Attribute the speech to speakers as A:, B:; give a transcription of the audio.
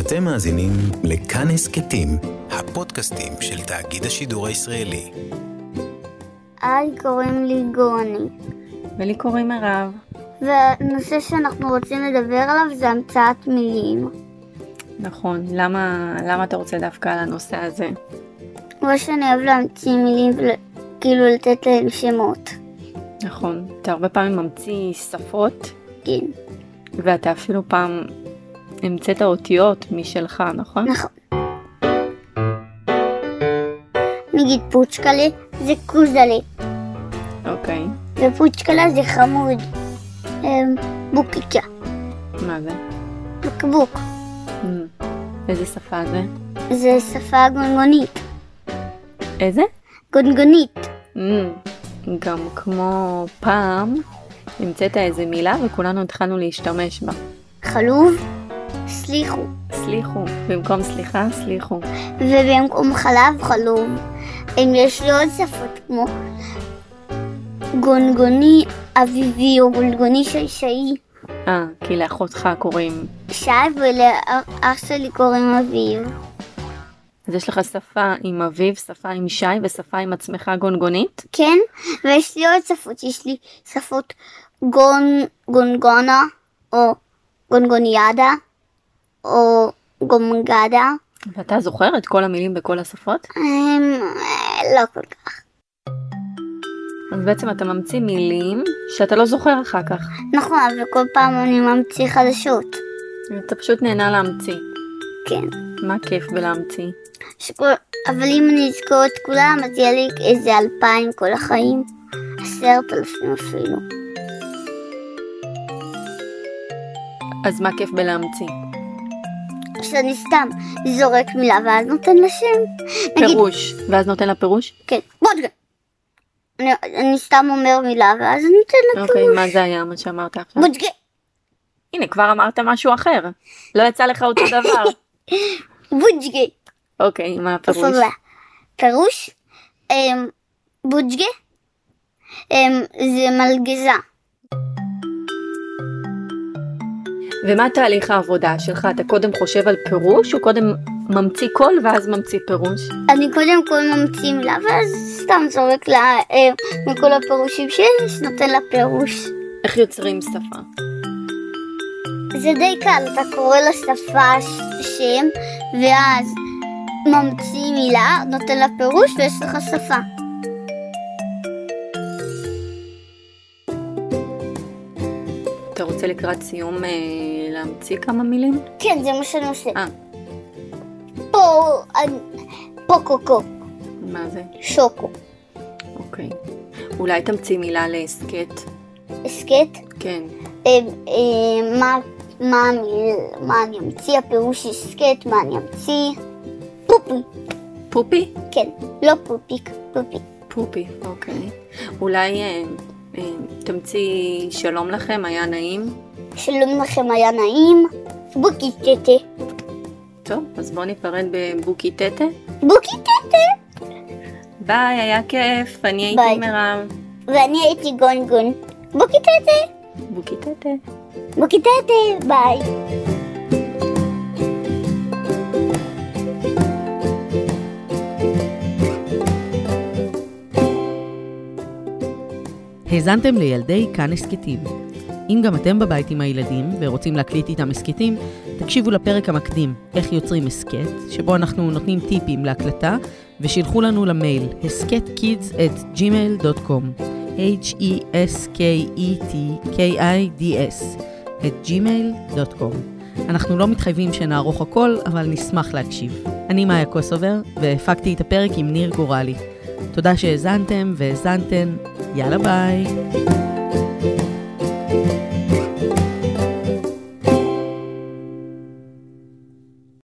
A: אתם מאזינים לכאן הסכתים, הפודקאסטים של תאגיד השידור הישראלי.
B: היי, קוראים לי גוני.
C: ולי קוראים מירב.
B: והנושא שאנחנו רוצים לדבר עליו זה המצאת מילים.
C: נכון, למה, למה אתה רוצה דווקא על הנושא הזה?
B: כמו שאני אוהב להמציא מילים וכאילו לתת להם שמות.
C: נכון, אתה הרבה פעמים ממציא שפות,
B: כן,
C: ואתה אפילו פעם המצאת אותיות משלך, נכון?
B: נכון. נגיד פוצ'קלה זה קוזלה,
C: אוקיי,
B: ופוצ'קלה זה חמוד. אמ, בוקיקה,
C: מה זה?
B: בקבוק.
C: Mm. איזה שפה זה?
B: זה שפה גונגונית.
C: איזה?
B: גונגונית.
C: Mm. גם כמו פעם, המצאת איזה מילה וכולנו התחלנו להשתמש בה.
B: חלוב, סליחו.
C: סליחו, במקום סליחה, סליחו.
B: ובמקום חלב חלום. אם יש לי עוד שפות כמו גונגוני אביבי או גונגוני שישאי,
C: אה, כי לאחותך קוראים.
B: שי ולאח שלי קוראים אביב.
C: אז יש לך שפה עם אביב, שפה עם שי ושפה עם עצמך גונגונית?
B: כן, ויש לי עוד שפות, יש לי שפות גון, גונגונה או גונגוניאדה או גומגדה.
C: ואתה זוכר את כל המילים בכל השפות?
B: אמ, אה, לא כל כך.
C: אז בעצם אתה ממציא מילים שאתה לא זוכר אחר כך.
B: נכון, אבל כל פעם אני ממציא חדשות.
C: אתה פשוט נהנה להמציא.
B: כן.
C: מה כיף בלהמציא?
B: שכל... אבל אם אני אזכור את כולם, אז יהיה לי איזה אלפיים כל החיים. עשרת אלפים אפילו.
C: אז מה כיף בלהמציא?
B: שאני סתם זורק מילה ואז נותן לה שם. נגיד,
C: פירוש. ואז נותן לה פירוש?
B: כן, וודקה. אני, אני סתם אומר מילה ואז אני נותן לה
C: אוקיי,
B: פירוש.
C: מה זה היה מה שאמרת עכשיו?
B: וודקה.
C: הנה, כבר אמרת משהו אחר. לא יצא לך אותו דבר.
B: וודגה.
C: אוקיי, מה הפירוש?
B: פירוש. פירוש? אמ, בוג'גה? אמ, זה מלגזה.
C: ומה תהליך העבודה שלך? אתה קודם חושב על פירוש, או קודם ממציא קול ואז ממציא פירוש?
B: אני קודם כל ממציא מילה ואז סתם זורק לה אה, מכל הפירושים שיש, נותן לה פירוש.
C: איך יוצרים שפה?
B: זה די קל, אתה קורא לשפה ש- שם, ואז ממציא מילה, נותן לה פירוש ויש לך שפה.
C: אתה רוצה לקראת סיום אה, להמציא כמה מילים?
B: כן, זה מה שאני עושה.
C: אה.
B: פה, אני- פה קוקו,
C: מה זה?
B: שוקו.
C: אוקיי. אולי תמציא מילה להסכת?
B: הסכת?
C: כן.
B: אה, אה, מה- מה אני- מה אני אמציא? הפירוש הסכת, מה אני אמציא? פופי,
C: פופי?
B: כן, לא פופיק, פופי.
C: פופי, אוקיי. אולי אה, אה, תמציא שלום לכם, היה נעים?
B: שלום לכם, היה נעים. בוקי טטה.
C: טוב, אז בואו ניפרד בבוקי טטה.
B: בוקי טטה.
C: ביי, היה כיף, אני
B: ביי.
C: הייתי מירב.
B: ואני הייתי גונגון. בוקי טטה.
C: בוקי טטה.
B: בוקי טטה. ביי.
D: האזנתם לילדי כאן הסכתים. אם גם אתם בבית עם הילדים ורוצים להקליט איתם הסכתים, תקשיבו לפרק המקדים, איך יוצרים הסכת, שבו אנחנו נותנים טיפים להקלטה, ושילחו לנו למייל הסכתkids@gmail.com E h-e-s-k-e-t-k-i-d-s at gmail.com אנחנו לא מתחייבים שנערוך הכל, אבל נשמח להקשיב. אני מאיה קוסובר, והפקתי את הפרק עם ניר גורלי. תודה שהאזנתם והאזנתן, יאללה ביי.